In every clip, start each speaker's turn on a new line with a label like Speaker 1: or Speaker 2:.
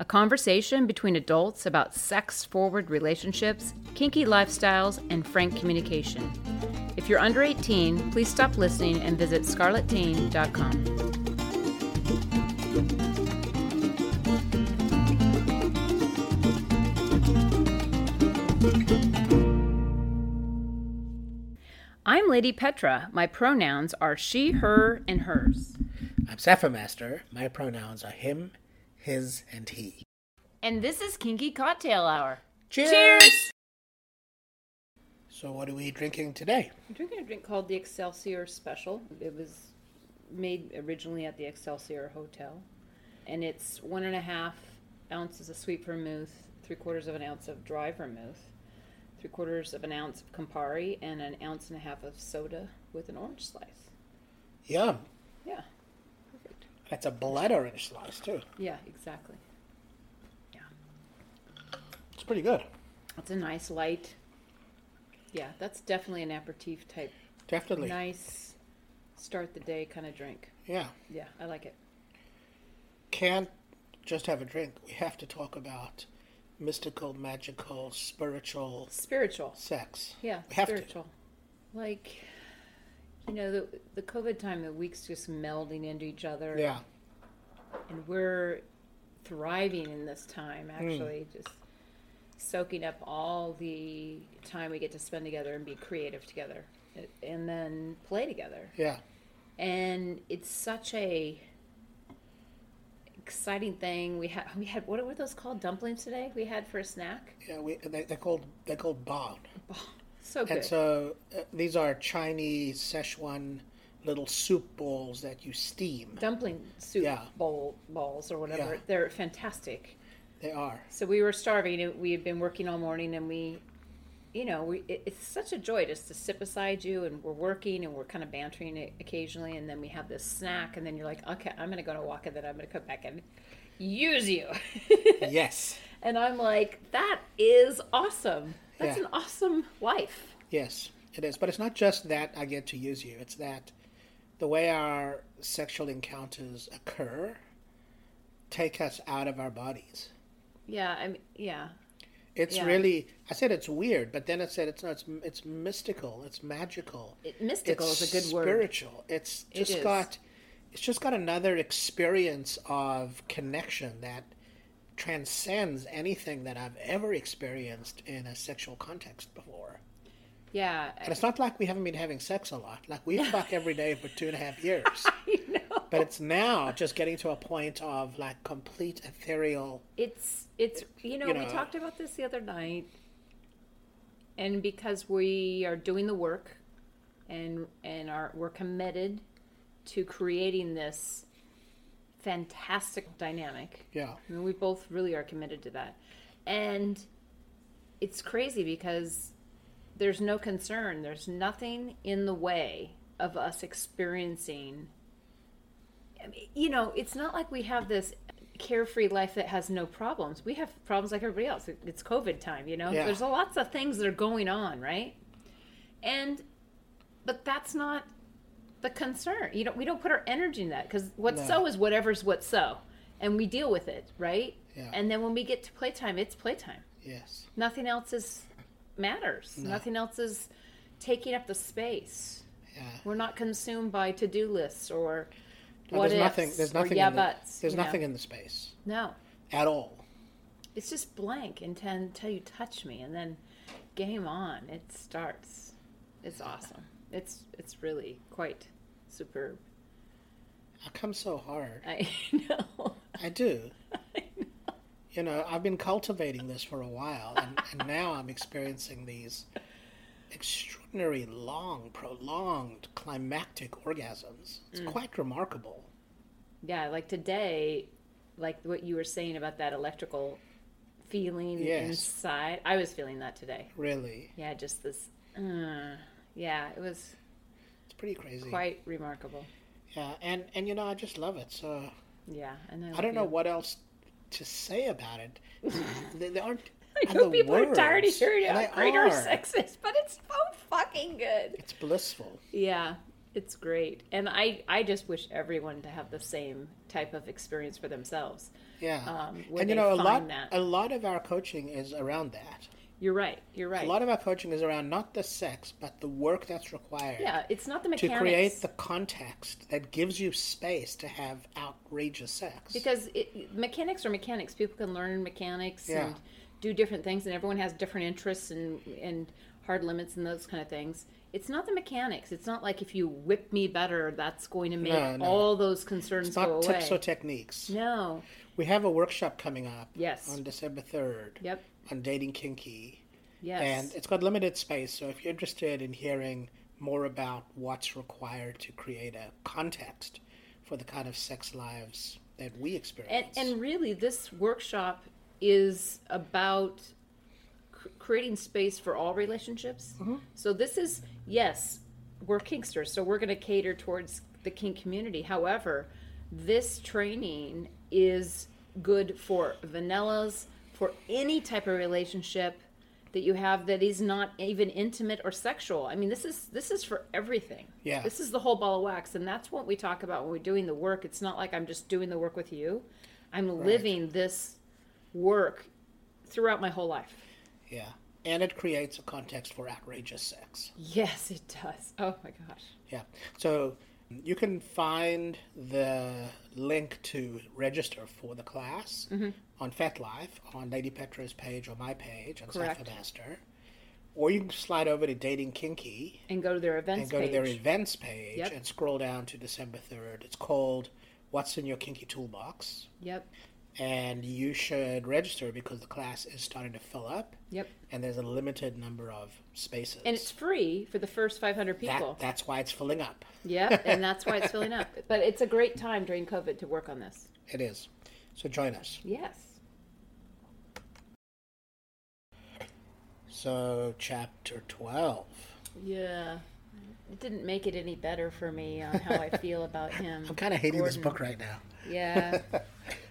Speaker 1: a conversation between adults about sex forward relationships, kinky lifestyles, and frank communication. If you're under 18, please stop listening and visit scarletteen.com. I'm Lady Petra. My pronouns are she, her, and hers.
Speaker 2: I'm Sapphire Master. My pronouns are him, his, and he.
Speaker 1: And this is Kinky Cocktail Hour.
Speaker 2: Cheers! So, what are we drinking today?
Speaker 1: I'm drinking a drink called the Excelsior Special. It was made originally at the Excelsior Hotel, and it's one and a half ounces of sweet vermouth, three quarters of an ounce of dry vermouth, three quarters of an ounce of Campari, and an ounce and a half of soda with an orange slice.
Speaker 2: Yum.
Speaker 1: Yeah,
Speaker 2: That's a blood orange slice, too.
Speaker 1: yeah, exactly. Yeah,
Speaker 2: It's pretty good.
Speaker 1: it's a nice light. Yeah, that's definitely an aperitif type,
Speaker 2: Definitely.
Speaker 1: nice start the day kind of drink.
Speaker 2: Yeah.
Speaker 1: Yeah, I like it.
Speaker 2: Can't just have a drink. We have to talk about mystical, magical, spiritual
Speaker 1: Spiritual.
Speaker 2: sex.
Speaker 1: Yeah,
Speaker 2: We have to.
Speaker 1: spiritual. Like, you know, the, the COVID time, the weeks just melding into each other.
Speaker 2: Yeah.
Speaker 1: And we're thriving in this time,
Speaker 2: Hmm.
Speaker 1: actually, just soaking up all the time we get to spend together and be creative together and then play together.
Speaker 2: Yeah.
Speaker 1: And it's such a exciting thing. We had, we had, what were those called? Dumplings today we had for a snack?
Speaker 2: Yeah. We, they, they're called, they're called bao.
Speaker 1: So good.
Speaker 2: And so uh, these are Chinese Szechuan little soup balls that you steam.
Speaker 1: dumpling soup
Speaker 2: Yeah.
Speaker 1: bowl balls or whatever.
Speaker 2: Yeah.
Speaker 1: They're fantastic.
Speaker 2: They are.
Speaker 1: So we were starving. We had been working all morning, and we, you know, we it, it's such a joy just to sit beside you, and we're working, and we're kind of bantering it occasionally, and then we have this snack, and then you're like, okay, I'm gonna go on a walk, and then I'm gonna come back and use you.
Speaker 2: yes.
Speaker 1: and I'm like, that is awesome. That's
Speaker 2: Yeah.
Speaker 1: an awesome life.
Speaker 2: Yes, it is. But it's not just that I get to use you. It's that the way our sexual encounters occur take us out of our bodies.
Speaker 1: Yeah, I mean, yeah,
Speaker 2: It's
Speaker 1: Yeah.
Speaker 2: really I said it's weird, but then I said it's not. It's, it's mystical. It's magical.
Speaker 1: it, mystical
Speaker 2: it's
Speaker 1: is a good word.
Speaker 2: Spiritual. It's
Speaker 1: It
Speaker 2: just
Speaker 1: is.
Speaker 2: got. It's just got another experience of connection that transcends anything that I've ever experienced in a sexual context before.
Speaker 1: Yeah,
Speaker 2: And it's not like we haven't been having sex a lot. Like we fuck every day for two and a half years.
Speaker 1: you know.
Speaker 2: But it's now just getting to a point of like complete ethereal.
Speaker 1: It's it's you know,
Speaker 2: You
Speaker 1: we
Speaker 2: know.
Speaker 1: talked about this the other night, and because we are doing the work, and and are we're committed to creating this fantastic dynamic.
Speaker 2: Yeah.
Speaker 1: I mean, we both really are committed to that, and it's crazy because there's no concern, there's nothing in the way of us experiencing I mean, you know, it's not like we have this carefree life that has no problems. We have problems like everybody else. It's COVID time, you know.
Speaker 2: Yeah.
Speaker 1: There's lots of things that are going on, right? And but that's not the concern. You don't we don't put our energy in that cuz what's
Speaker 2: No.
Speaker 1: so is whatever's what's so and we deal with it, right?
Speaker 2: Yeah.
Speaker 1: And then when we get to playtime, it's playtime.
Speaker 2: Yes.
Speaker 1: Nothing else is matters. Nothing else is taking up the space.
Speaker 2: Yeah.
Speaker 1: We're not consumed by to-do lists or
Speaker 2: No,
Speaker 1: what ifs
Speaker 2: there's nothing. There's
Speaker 1: or
Speaker 2: nothing.
Speaker 1: yeah
Speaker 2: in the,
Speaker 1: buts.
Speaker 2: There's
Speaker 1: you know.
Speaker 2: nothing in the space
Speaker 1: No,
Speaker 2: at all.
Speaker 1: it's just blank until until you touch me, and then game on. It starts. It's awesome. It's it's really quite superb.
Speaker 2: I come so hard.
Speaker 1: I know.
Speaker 2: I do. You know, I've been cultivating this for a while, and, and now I'm experiencing these extraordinary, long, prolonged, climactic orgasms. It's
Speaker 1: Mm.
Speaker 2: quite remarkable.
Speaker 1: Yeah, like today, like what you were saying about that electrical feeling
Speaker 2: Yes.
Speaker 1: inside. I was feeling that today.
Speaker 2: Really,
Speaker 1: Yeah, just this. Uh, yeah, it was
Speaker 2: it's pretty crazy.
Speaker 1: quite remarkable.
Speaker 2: Yeah, and and you know, I just love it. So
Speaker 1: Yeah, and
Speaker 2: I don't know
Speaker 1: what
Speaker 2: what else to say about it. there, there aren't.
Speaker 1: I know
Speaker 2: other
Speaker 1: people are tired of
Speaker 2: words.
Speaker 1: hearing
Speaker 2: They
Speaker 1: how great our
Speaker 2: are.
Speaker 1: sex is, but it's so fucking good.
Speaker 2: It's blissful.
Speaker 1: Yeah, it's great. And I, I just wish everyone to have the same type of experience for themselves.
Speaker 2: Yeah,
Speaker 1: Um, where
Speaker 2: and you
Speaker 1: they
Speaker 2: know, a
Speaker 1: find
Speaker 2: lot,
Speaker 1: that.
Speaker 2: a lot of our coaching is around that.
Speaker 1: You're right. You're right.
Speaker 2: A lot of our coaching is around not the sex, but the work that's required
Speaker 1: yeah, it's not the
Speaker 2: to
Speaker 1: mechanics.
Speaker 2: create the context that gives you space to have outrageous sex.
Speaker 1: because it, mechanics are mechanics. People can learn mechanics
Speaker 2: Yeah.
Speaker 1: and do different things, and everyone has different interests and and hard limits and those kind of things. It's not the mechanics. It's not like if you whip me better, that's going to make
Speaker 2: No, no.
Speaker 1: all those concerns
Speaker 2: it's not
Speaker 1: go away.
Speaker 2: tips or techniques.
Speaker 1: no.
Speaker 2: We have a workshop coming up
Speaker 1: Yes.
Speaker 2: on December 3rd
Speaker 1: Yep.
Speaker 2: on dating kinky.
Speaker 1: Yes.
Speaker 2: And it's got limited space, so if you're interested in hearing more about what's required to create a context for the kind of sex lives that we
Speaker 1: and,
Speaker 2: experience.
Speaker 1: and really this workshop is about cr- creating space for all relationships so this is yes we're kinksters so we're going to cater towards the kink community however this training is good for vanillas for any type of relationship that you have that is not even intimate or sexual i mean this is this is for everything
Speaker 2: Yeah.
Speaker 1: this is the whole ball of wax and that's what we talk about when we're doing the work it's not like i'm just doing the work with you i'm living this work throughout my whole life
Speaker 2: yeah. And it creates a context for outrageous sex.
Speaker 1: yes it does oh my gosh
Speaker 2: Yeah. So you can find the link to register for the class
Speaker 1: Mm-hmm.
Speaker 2: on FetLife, on Lady Petra's page or my page on
Speaker 1: Correct.
Speaker 2: Cypher Master. Or you can slide over to Dating Kinky
Speaker 1: and go to their events
Speaker 2: and go
Speaker 1: page.
Speaker 2: to their events page
Speaker 1: Yep.
Speaker 2: and scroll down to December 3rd. It's called What's in Your Kinky Toolbox.
Speaker 1: yep
Speaker 2: And you should register because the class is starting to fill up
Speaker 1: yep
Speaker 2: and there's a limited number of spaces.
Speaker 1: and it's free for the first 500 people
Speaker 2: that, that's why it's filling up.
Speaker 1: yep and that's why it's filling up but it's a great time during covid to work on this
Speaker 2: It is. So join us.
Speaker 1: yes
Speaker 2: So, chapter 12.
Speaker 1: yeah it didn't make it any better for me on how i feel about him
Speaker 2: I'm kind of hating this
Speaker 1: Gordon.
Speaker 2: book right now.
Speaker 1: yeah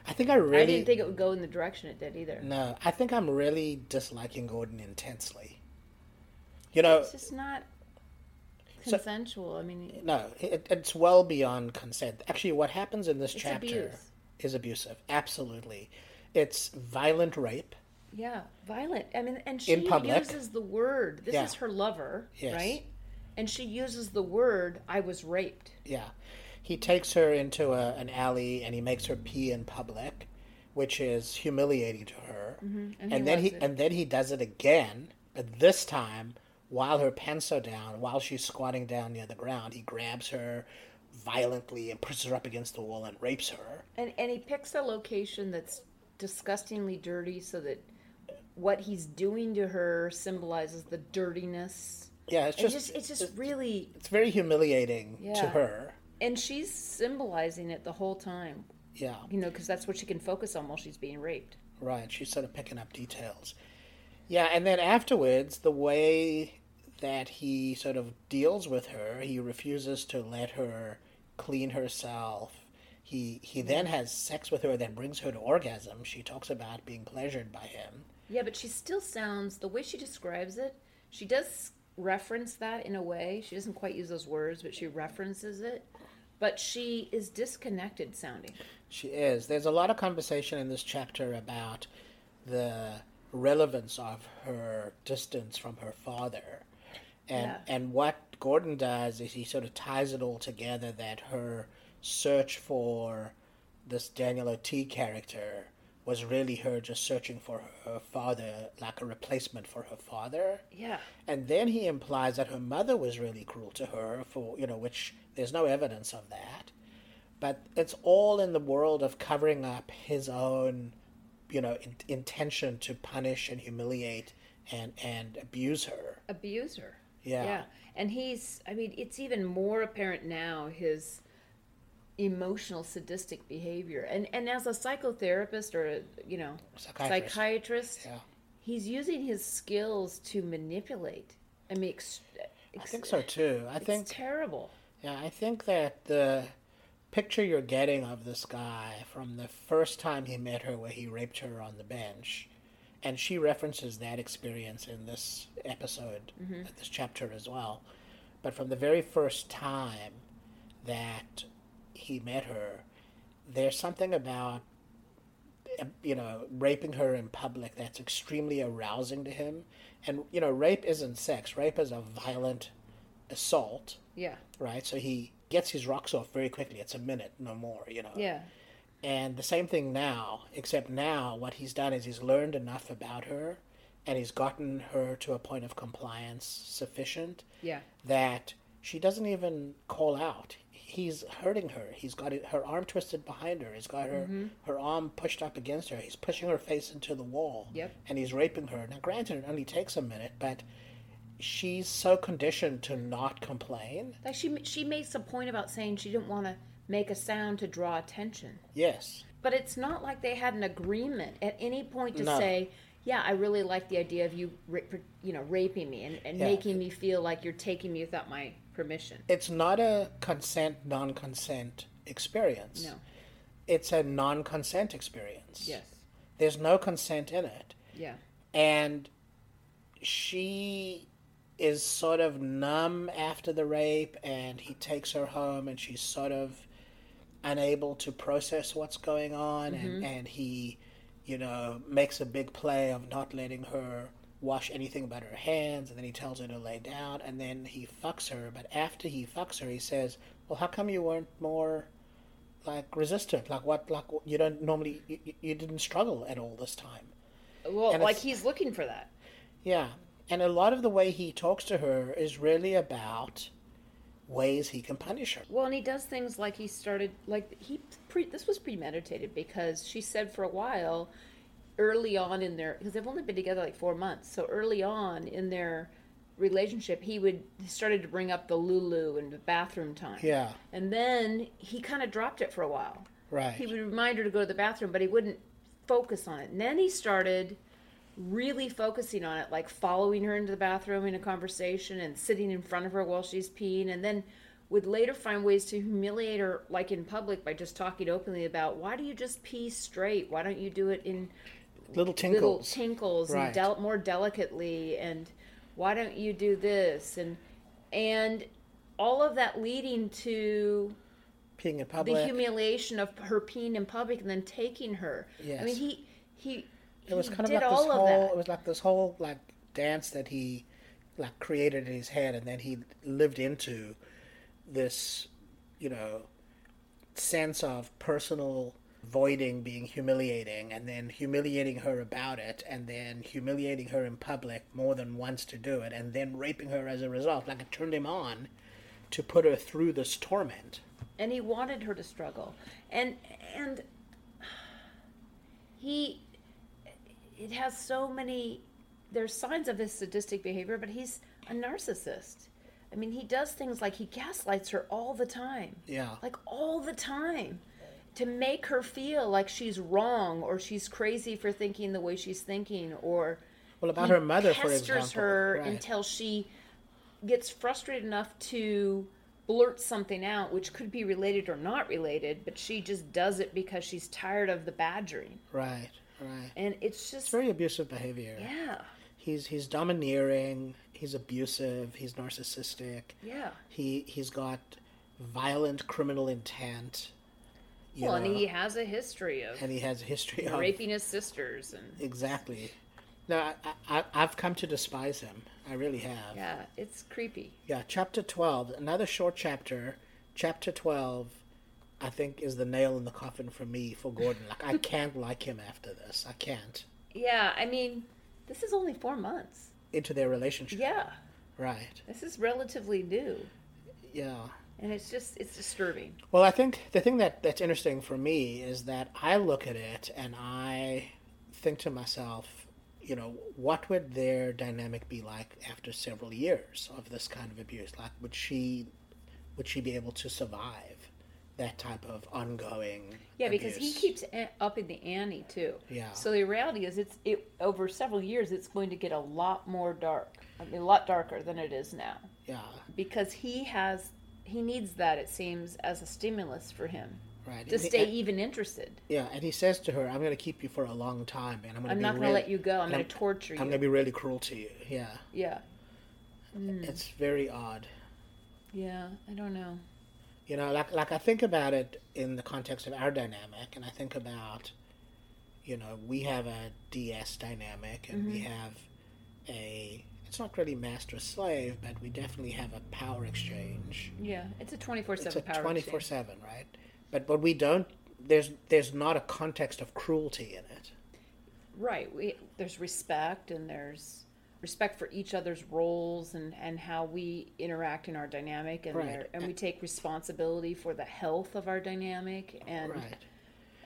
Speaker 2: I think I really.
Speaker 1: i didn't think it would go in the direction it did either
Speaker 2: No, I think I'm really disliking Gordon intensely. You know,
Speaker 1: It's just not
Speaker 2: So-
Speaker 1: consensual. I mean,
Speaker 2: no, it, it's well beyond consent. Actually, what happens in this
Speaker 1: It's
Speaker 2: chapter
Speaker 1: abuse.
Speaker 2: is abusive. Absolutely. It's violent rape.
Speaker 1: yeah, violent. I mean, and she
Speaker 2: In public.
Speaker 1: uses the word. This
Speaker 2: Yeah.
Speaker 1: is her lover,
Speaker 2: Yes.
Speaker 1: right? And she uses the word "I was raped."
Speaker 2: Yeah. He takes her into a, an alley and he makes her pee in public, which is humiliating to her.
Speaker 1: Mm-hmm. and
Speaker 2: Mm-hmm. And,
Speaker 1: he
Speaker 2: then
Speaker 1: loves
Speaker 2: he
Speaker 1: it.
Speaker 2: and then he does it again, but this time while her pants are down, while she's squatting down near the ground, he grabs her violently and pushes her up against the wall and rapes her.
Speaker 1: And and he picks a location that's disgustingly dirty, so that what he's doing to her symbolizes the dirtiness.
Speaker 2: Yeah, it's
Speaker 1: It's
Speaker 2: just,
Speaker 1: just, it's just really,
Speaker 2: it's very humiliating to
Speaker 1: Yeah.
Speaker 2: her.
Speaker 1: and she's symbolizing it the whole time,
Speaker 2: Yeah.
Speaker 1: you know, because that's what she can focus on while she's being raped.
Speaker 2: Right, she's sort of picking up details. Yeah, and then afterwards, the way that he sort of deals with her, he refuses to let her clean herself. He he then has sex with her that brings her to orgasm. She talks about being pleasured by him.
Speaker 1: Yeah, but she still sounds the way she describes it. She does reference that in a way. She doesn't quite use those words, but she references it. But she is disconnected sounding.
Speaker 2: She is. There's a lot of conversation in this chapter about the relevance of her distance from her father. And
Speaker 1: Yeah.
Speaker 2: and what Gordon does is he sort of ties it all together that her search for this Daniel O.T. character was really her just searching for her father, like a replacement for her father.
Speaker 1: Yeah.
Speaker 2: And then he implies that her mother was really cruel to her for, you know, which there's no evidence of that. but it's all in the world of covering up his own you know in, intention to punish and humiliate and and abuse her
Speaker 1: abuser.
Speaker 2: Yeah.
Speaker 1: And he's, I mean, it's even more apparent now his emotional sadistic behavior. And and as a psychotherapist or a, you know,
Speaker 2: Psychiatrist.
Speaker 1: psychiatrist,
Speaker 2: yeah
Speaker 1: he's using his skills to manipulate. I mean, ex-
Speaker 2: i
Speaker 1: ex-
Speaker 2: think so too i think
Speaker 1: it's terrible.
Speaker 2: Yeah, I think that the picture you're getting of this guy from the first time he met her, where he raped her on the bench, and she references that experience in this episode, this chapter as well. But from the very first time that he met her, there's something about you know, raping her in public that's extremely arousing to him. And, you know, rape isn't sex. Rape is a violent assault
Speaker 1: Yeah.
Speaker 2: right? So he gets his rocks off very quickly. It's a minute, no more, you know.
Speaker 1: Yeah.
Speaker 2: And the same thing now, except now what he's done is he's learned enough about her and he's gotten her to a point of compliance sufficient
Speaker 1: Yeah.
Speaker 2: that she doesn't even call out. He's hurting her. He's got it- her arm twisted behind her. He's got her
Speaker 1: Mm-hmm.
Speaker 2: her arm pushed up against her. He's pushing her face into the wall.
Speaker 1: Yep.
Speaker 2: And he's raping her. Now, granted, it only takes a minute, but she's so conditioned to not complain.
Speaker 1: Like she she makes a point about saying she didn't want to make a sound to draw attention.
Speaker 2: Yes.
Speaker 1: But it's not like they had an agreement at any point to
Speaker 2: No.
Speaker 1: say, "Yeah, I really like the idea of you, ra- per- you know, raping me and, and
Speaker 2: Yeah.
Speaker 1: making me feel like you're taking me without my permission."
Speaker 2: it's not a consent non-consent experience
Speaker 1: No.
Speaker 2: it's a non-consent experience
Speaker 1: Yes.
Speaker 2: there's no consent in it
Speaker 1: Yeah.
Speaker 2: and she is sort of numb after the rape and he takes her home and she's sort of unable to process what's going on and, and he you know makes a big play of not letting her wash anything but her hands and then he tells her to lay down and then he fucks her but after he fucks her he says well how come you weren't more like resistant like what like you don't normally you, you- you didn't struggle at all this time
Speaker 1: Well,
Speaker 2: And
Speaker 1: like
Speaker 2: it's-
Speaker 1: he's looking for that.
Speaker 2: yeah. And a lot of the way he talks to her is really about ways he can punish her.
Speaker 1: Well, and he does things like he started like he pre this was premeditated because she said for a while early on in their because they've only been together like 4 months. So early on in their relationship, he would he started to bring up the Lulu and the bathroom time.
Speaker 2: Yeah.
Speaker 1: And then he kind of dropped it for a while.
Speaker 2: Right.
Speaker 1: He would remind her to go to the bathroom, but he wouldn't focus on it. And then he started really focusing on it, like following her into the bathroom in a conversation and sitting in front of her while she's peeing, and then would later find ways to humiliate her, like in public, by just talking openly about why do you just pee straight? Why don't you do it in little
Speaker 2: Little tinkles.
Speaker 1: tinkles
Speaker 2: Right.
Speaker 1: and del- more delicately and why don't you do this and and all of that leading to
Speaker 2: peeing in
Speaker 1: the
Speaker 2: public.
Speaker 1: humiliation of her peeing in public and then taking her i mean
Speaker 2: Yes.
Speaker 1: he he
Speaker 2: it was
Speaker 1: he
Speaker 2: kind of
Speaker 1: did
Speaker 2: like this
Speaker 1: all of
Speaker 2: whole
Speaker 1: that
Speaker 2: it was like this whole like dance that he like created in his head and then he lived into this, you know, sense of personal voiding being humiliating and then humiliating her about it and then humiliating her in public more than once to do it and then raping her as a result like it turned him on to put her through this torment
Speaker 1: and he wanted her to struggle and and he it has so many there's signs of his sadistic behavior but he's a narcissist i mean he does things like he gaslights her all the time
Speaker 2: Yeah.
Speaker 1: like all the time to make her feel like she's wrong or she's crazy for thinking the way she's thinking or
Speaker 2: well about
Speaker 1: he
Speaker 2: her mother for
Speaker 1: pesters
Speaker 2: example
Speaker 1: her
Speaker 2: right.
Speaker 1: until she gets frustrated enough to blurt something out, which could be related or not related, but she just does it because she's tired of the badgering,
Speaker 2: right right
Speaker 1: and it's just
Speaker 2: very abusive behavior
Speaker 1: yeah,
Speaker 2: he's he's domineering he's abusive he's narcissistic
Speaker 1: yeah.
Speaker 2: he he's got violent criminal intent you
Speaker 1: Well,
Speaker 2: know,
Speaker 1: and he has a history of
Speaker 2: and he has a history of
Speaker 1: raping his sisters, and
Speaker 2: Exactly. No, I, I, I've come to despise him. I really have. Yeah.
Speaker 1: yeah, it's creepy.
Speaker 2: Chapter twelve, another short chapter. Chapter twelve, I think, is the nail in the coffin for me for Gordon. Like I can't like him after this. I can't
Speaker 1: Yeah, I mean, this is only four months.
Speaker 2: into their relationship.
Speaker 1: Yeah,
Speaker 2: Right.
Speaker 1: this is relatively new.
Speaker 2: Yeah.
Speaker 1: and it's just it's disturbing.
Speaker 2: Well, I think the thing that that's interesting for me is that I look at it and I think to myself, you know, what would their dynamic be like after several years of this kind of abuse? Like, would she would she be able to survive that type of ongoing?
Speaker 1: Yeah, because he
Speaker 2: abuse?
Speaker 1: keeps a- upping the ante too.
Speaker 2: Yeah.
Speaker 1: So the reality is, it's it over several years, it's going to get a lot more dark. I mean, a lot darker than it is now
Speaker 2: yeah,
Speaker 1: because he has he needs that it seems as a stimulus for him
Speaker 2: right.
Speaker 1: to
Speaker 2: And he-
Speaker 1: stay even interested.
Speaker 2: yeah, and he says to her, "I'm going to keep you for a long time, and I'm going to
Speaker 1: I'm
Speaker 2: be
Speaker 1: not going to
Speaker 2: really-
Speaker 1: let you go. I'm
Speaker 2: and
Speaker 1: going to torture
Speaker 2: I'm
Speaker 1: you.
Speaker 2: going to be really cruel to you." Yeah,
Speaker 1: Yeah. Mm.
Speaker 2: it's very odd.
Speaker 1: Yeah. I don't know.
Speaker 2: You know, like like I think about it in the context of our dynamic, and I think about, you know, we have a DS dynamic, and we
Speaker 1: Mm-hmm.
Speaker 2: have a. It's not really master slave, but we definitely have a power exchange.
Speaker 1: Yeah. It's a 24
Speaker 2: It's a
Speaker 1: 7 power.
Speaker 2: twenty four
Speaker 1: exchange.
Speaker 2: seven, right? But but we don't. There's there's not a context of cruelty in it.
Speaker 1: Right. We, there's respect and there's respect for each other's roles and, and how we interact in our dynamic and
Speaker 2: Right.
Speaker 1: their, and we take responsibility for the health of our dynamic and
Speaker 2: Right.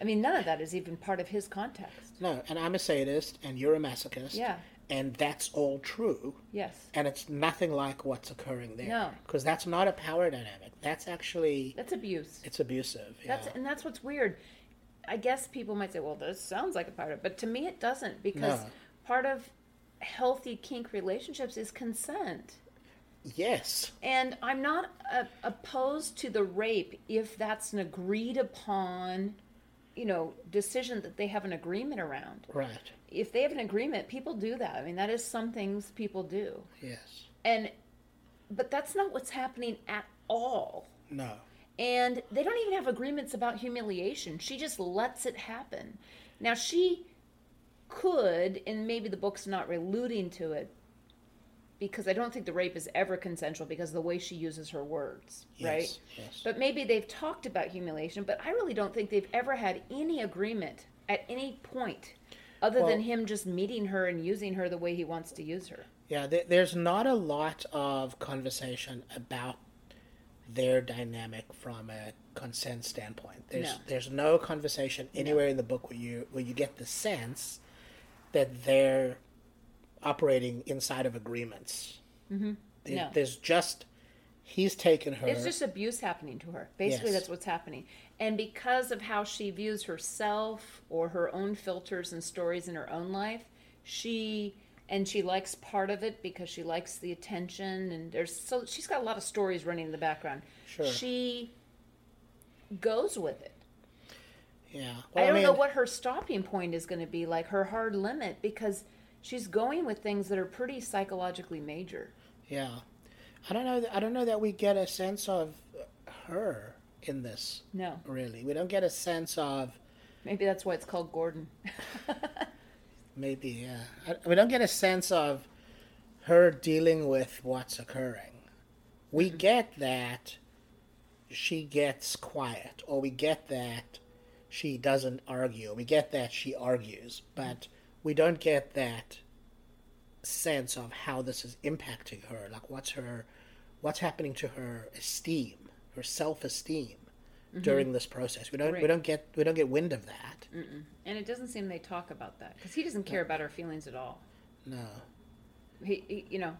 Speaker 1: I mean none of that is even part of his context.
Speaker 2: No, and I'm a sadist, and you're a masochist.
Speaker 1: Yeah.
Speaker 2: And that's all true.
Speaker 1: Yes.
Speaker 2: and it's nothing like what's occurring there.
Speaker 1: No.
Speaker 2: because that's not a power dynamic. That's actually
Speaker 1: That's abuse.
Speaker 2: it's abusive. Yeah.
Speaker 1: That's and that's what's weird. I guess people might say, "Well, this sounds like a part of," but to me, it doesn't because
Speaker 2: No.
Speaker 1: part of healthy kink relationships is consent.
Speaker 2: yes,
Speaker 1: And I'm not uh, opposed to the rape if that's an agreed upon, you know, decision that they have an agreement around.
Speaker 2: right.
Speaker 1: If they have an agreement, people do that. I mean, that is some things people do.
Speaker 2: Yes,
Speaker 1: And but that's not what's happening at all.
Speaker 2: no.
Speaker 1: And they don't even have agreements about humiliation. She just lets it happen. Now she could, and maybe the book's not alluding to it, because I don't think the rape is ever consensual because of the way she uses her words,
Speaker 2: Yes,
Speaker 1: right?
Speaker 2: yes.
Speaker 1: But maybe they've talked about humiliation, but I really don't think they've ever had any agreement at any point other
Speaker 2: Well-
Speaker 1: than him just meeting her and using her the way he wants to use her.
Speaker 2: Yeah, there, there's not a lot of conversation about their dynamic from a consent standpoint. There's
Speaker 1: No.
Speaker 2: there's no conversation anywhere in the book where you where you get the sense that they're operating inside of agreements. Mm-hmm.
Speaker 1: No.
Speaker 2: There's just he's taken her.
Speaker 1: It's just abuse happening to her. Basically,
Speaker 2: Yes.
Speaker 1: that's what's happening. And because of how she views herself or her own filters and stories in her own life, she and she likes part of it because she likes the attention and there's so she's got a lot of stories running in the background.
Speaker 2: Sure.
Speaker 1: She goes with it.
Speaker 2: yeah.
Speaker 1: I
Speaker 2: Well,
Speaker 1: don't know
Speaker 2: mean-
Speaker 1: what her stopping point is going to be, like her hard limit, because she's going with things that are pretty psychologically major.
Speaker 2: Yeah, I don't know. I don't know that we get a sense of her in this.
Speaker 1: No,
Speaker 2: Really, we don't get a sense of
Speaker 1: maybe that's why it's called Gordon.
Speaker 2: maybe. Yeah, I, we don't get a sense of her dealing with what's occurring. We get that she gets quiet, or we get that she doesn't argue. We get that she argues, but we don't get that sense of how this is impacting her. Like what's her, what's happening to her esteem, her self-esteem during this process. We don't we
Speaker 1: Right.
Speaker 2: don't get we don't get wind of that.
Speaker 1: And it doesn't seem they talk about that because he doesn't care about her feelings at all.
Speaker 2: No.
Speaker 1: He, he, you know,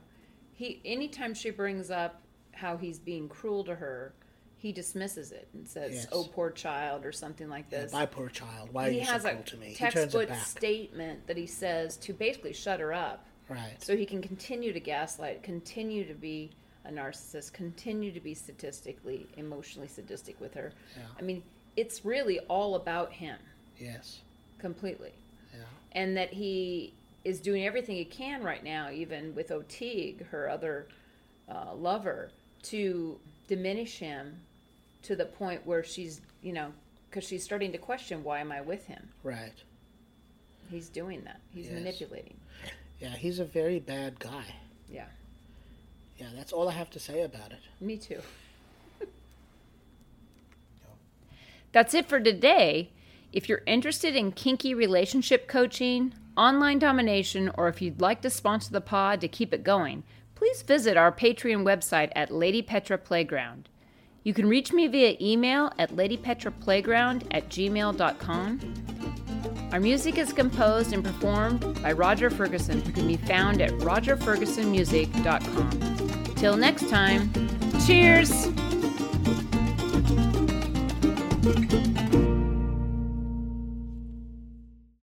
Speaker 1: he anytime she brings up how he's being cruel to her, he dismisses it and says,
Speaker 2: Yes.
Speaker 1: "Oh, poor child," or something like this.
Speaker 2: My poor child, why are
Speaker 1: he
Speaker 2: you so
Speaker 1: has a
Speaker 2: cruel to me? He turns it
Speaker 1: textbook
Speaker 2: back.
Speaker 1: statement that he says to basically shut her up,
Speaker 2: right.
Speaker 1: so he can continue to gaslight, continue to be a narcissist, continue to be statistically, emotionally sadistic with her.
Speaker 2: Yeah.
Speaker 1: I mean, it's really all about him
Speaker 2: Yes.
Speaker 1: completely.
Speaker 2: Yeah.
Speaker 1: and that he is doing everything he can right now, even with O'Teague, her other uh, lover, to diminish him to the point where she's, you know, because she's starting to question, why am I with him?
Speaker 2: Right.
Speaker 1: He's doing that. He's
Speaker 2: Yes.
Speaker 1: manipulating.
Speaker 2: Yeah, he's a very bad guy.
Speaker 1: Yeah,
Speaker 2: Yeah, that's all I have to say about it.
Speaker 1: me too. That's it for today. If you're interested in kinky relationship coaching, online domination, or if you'd like to sponsor the pod to keep it going, please visit our Patreon website at Lady Petra Playground. You can reach me via email at ladypetraplayground at gmail.com. Our music is composed and performed by Roger Ferguson, who can be found at rogerfergusonmusic.com. Till next time, cheers!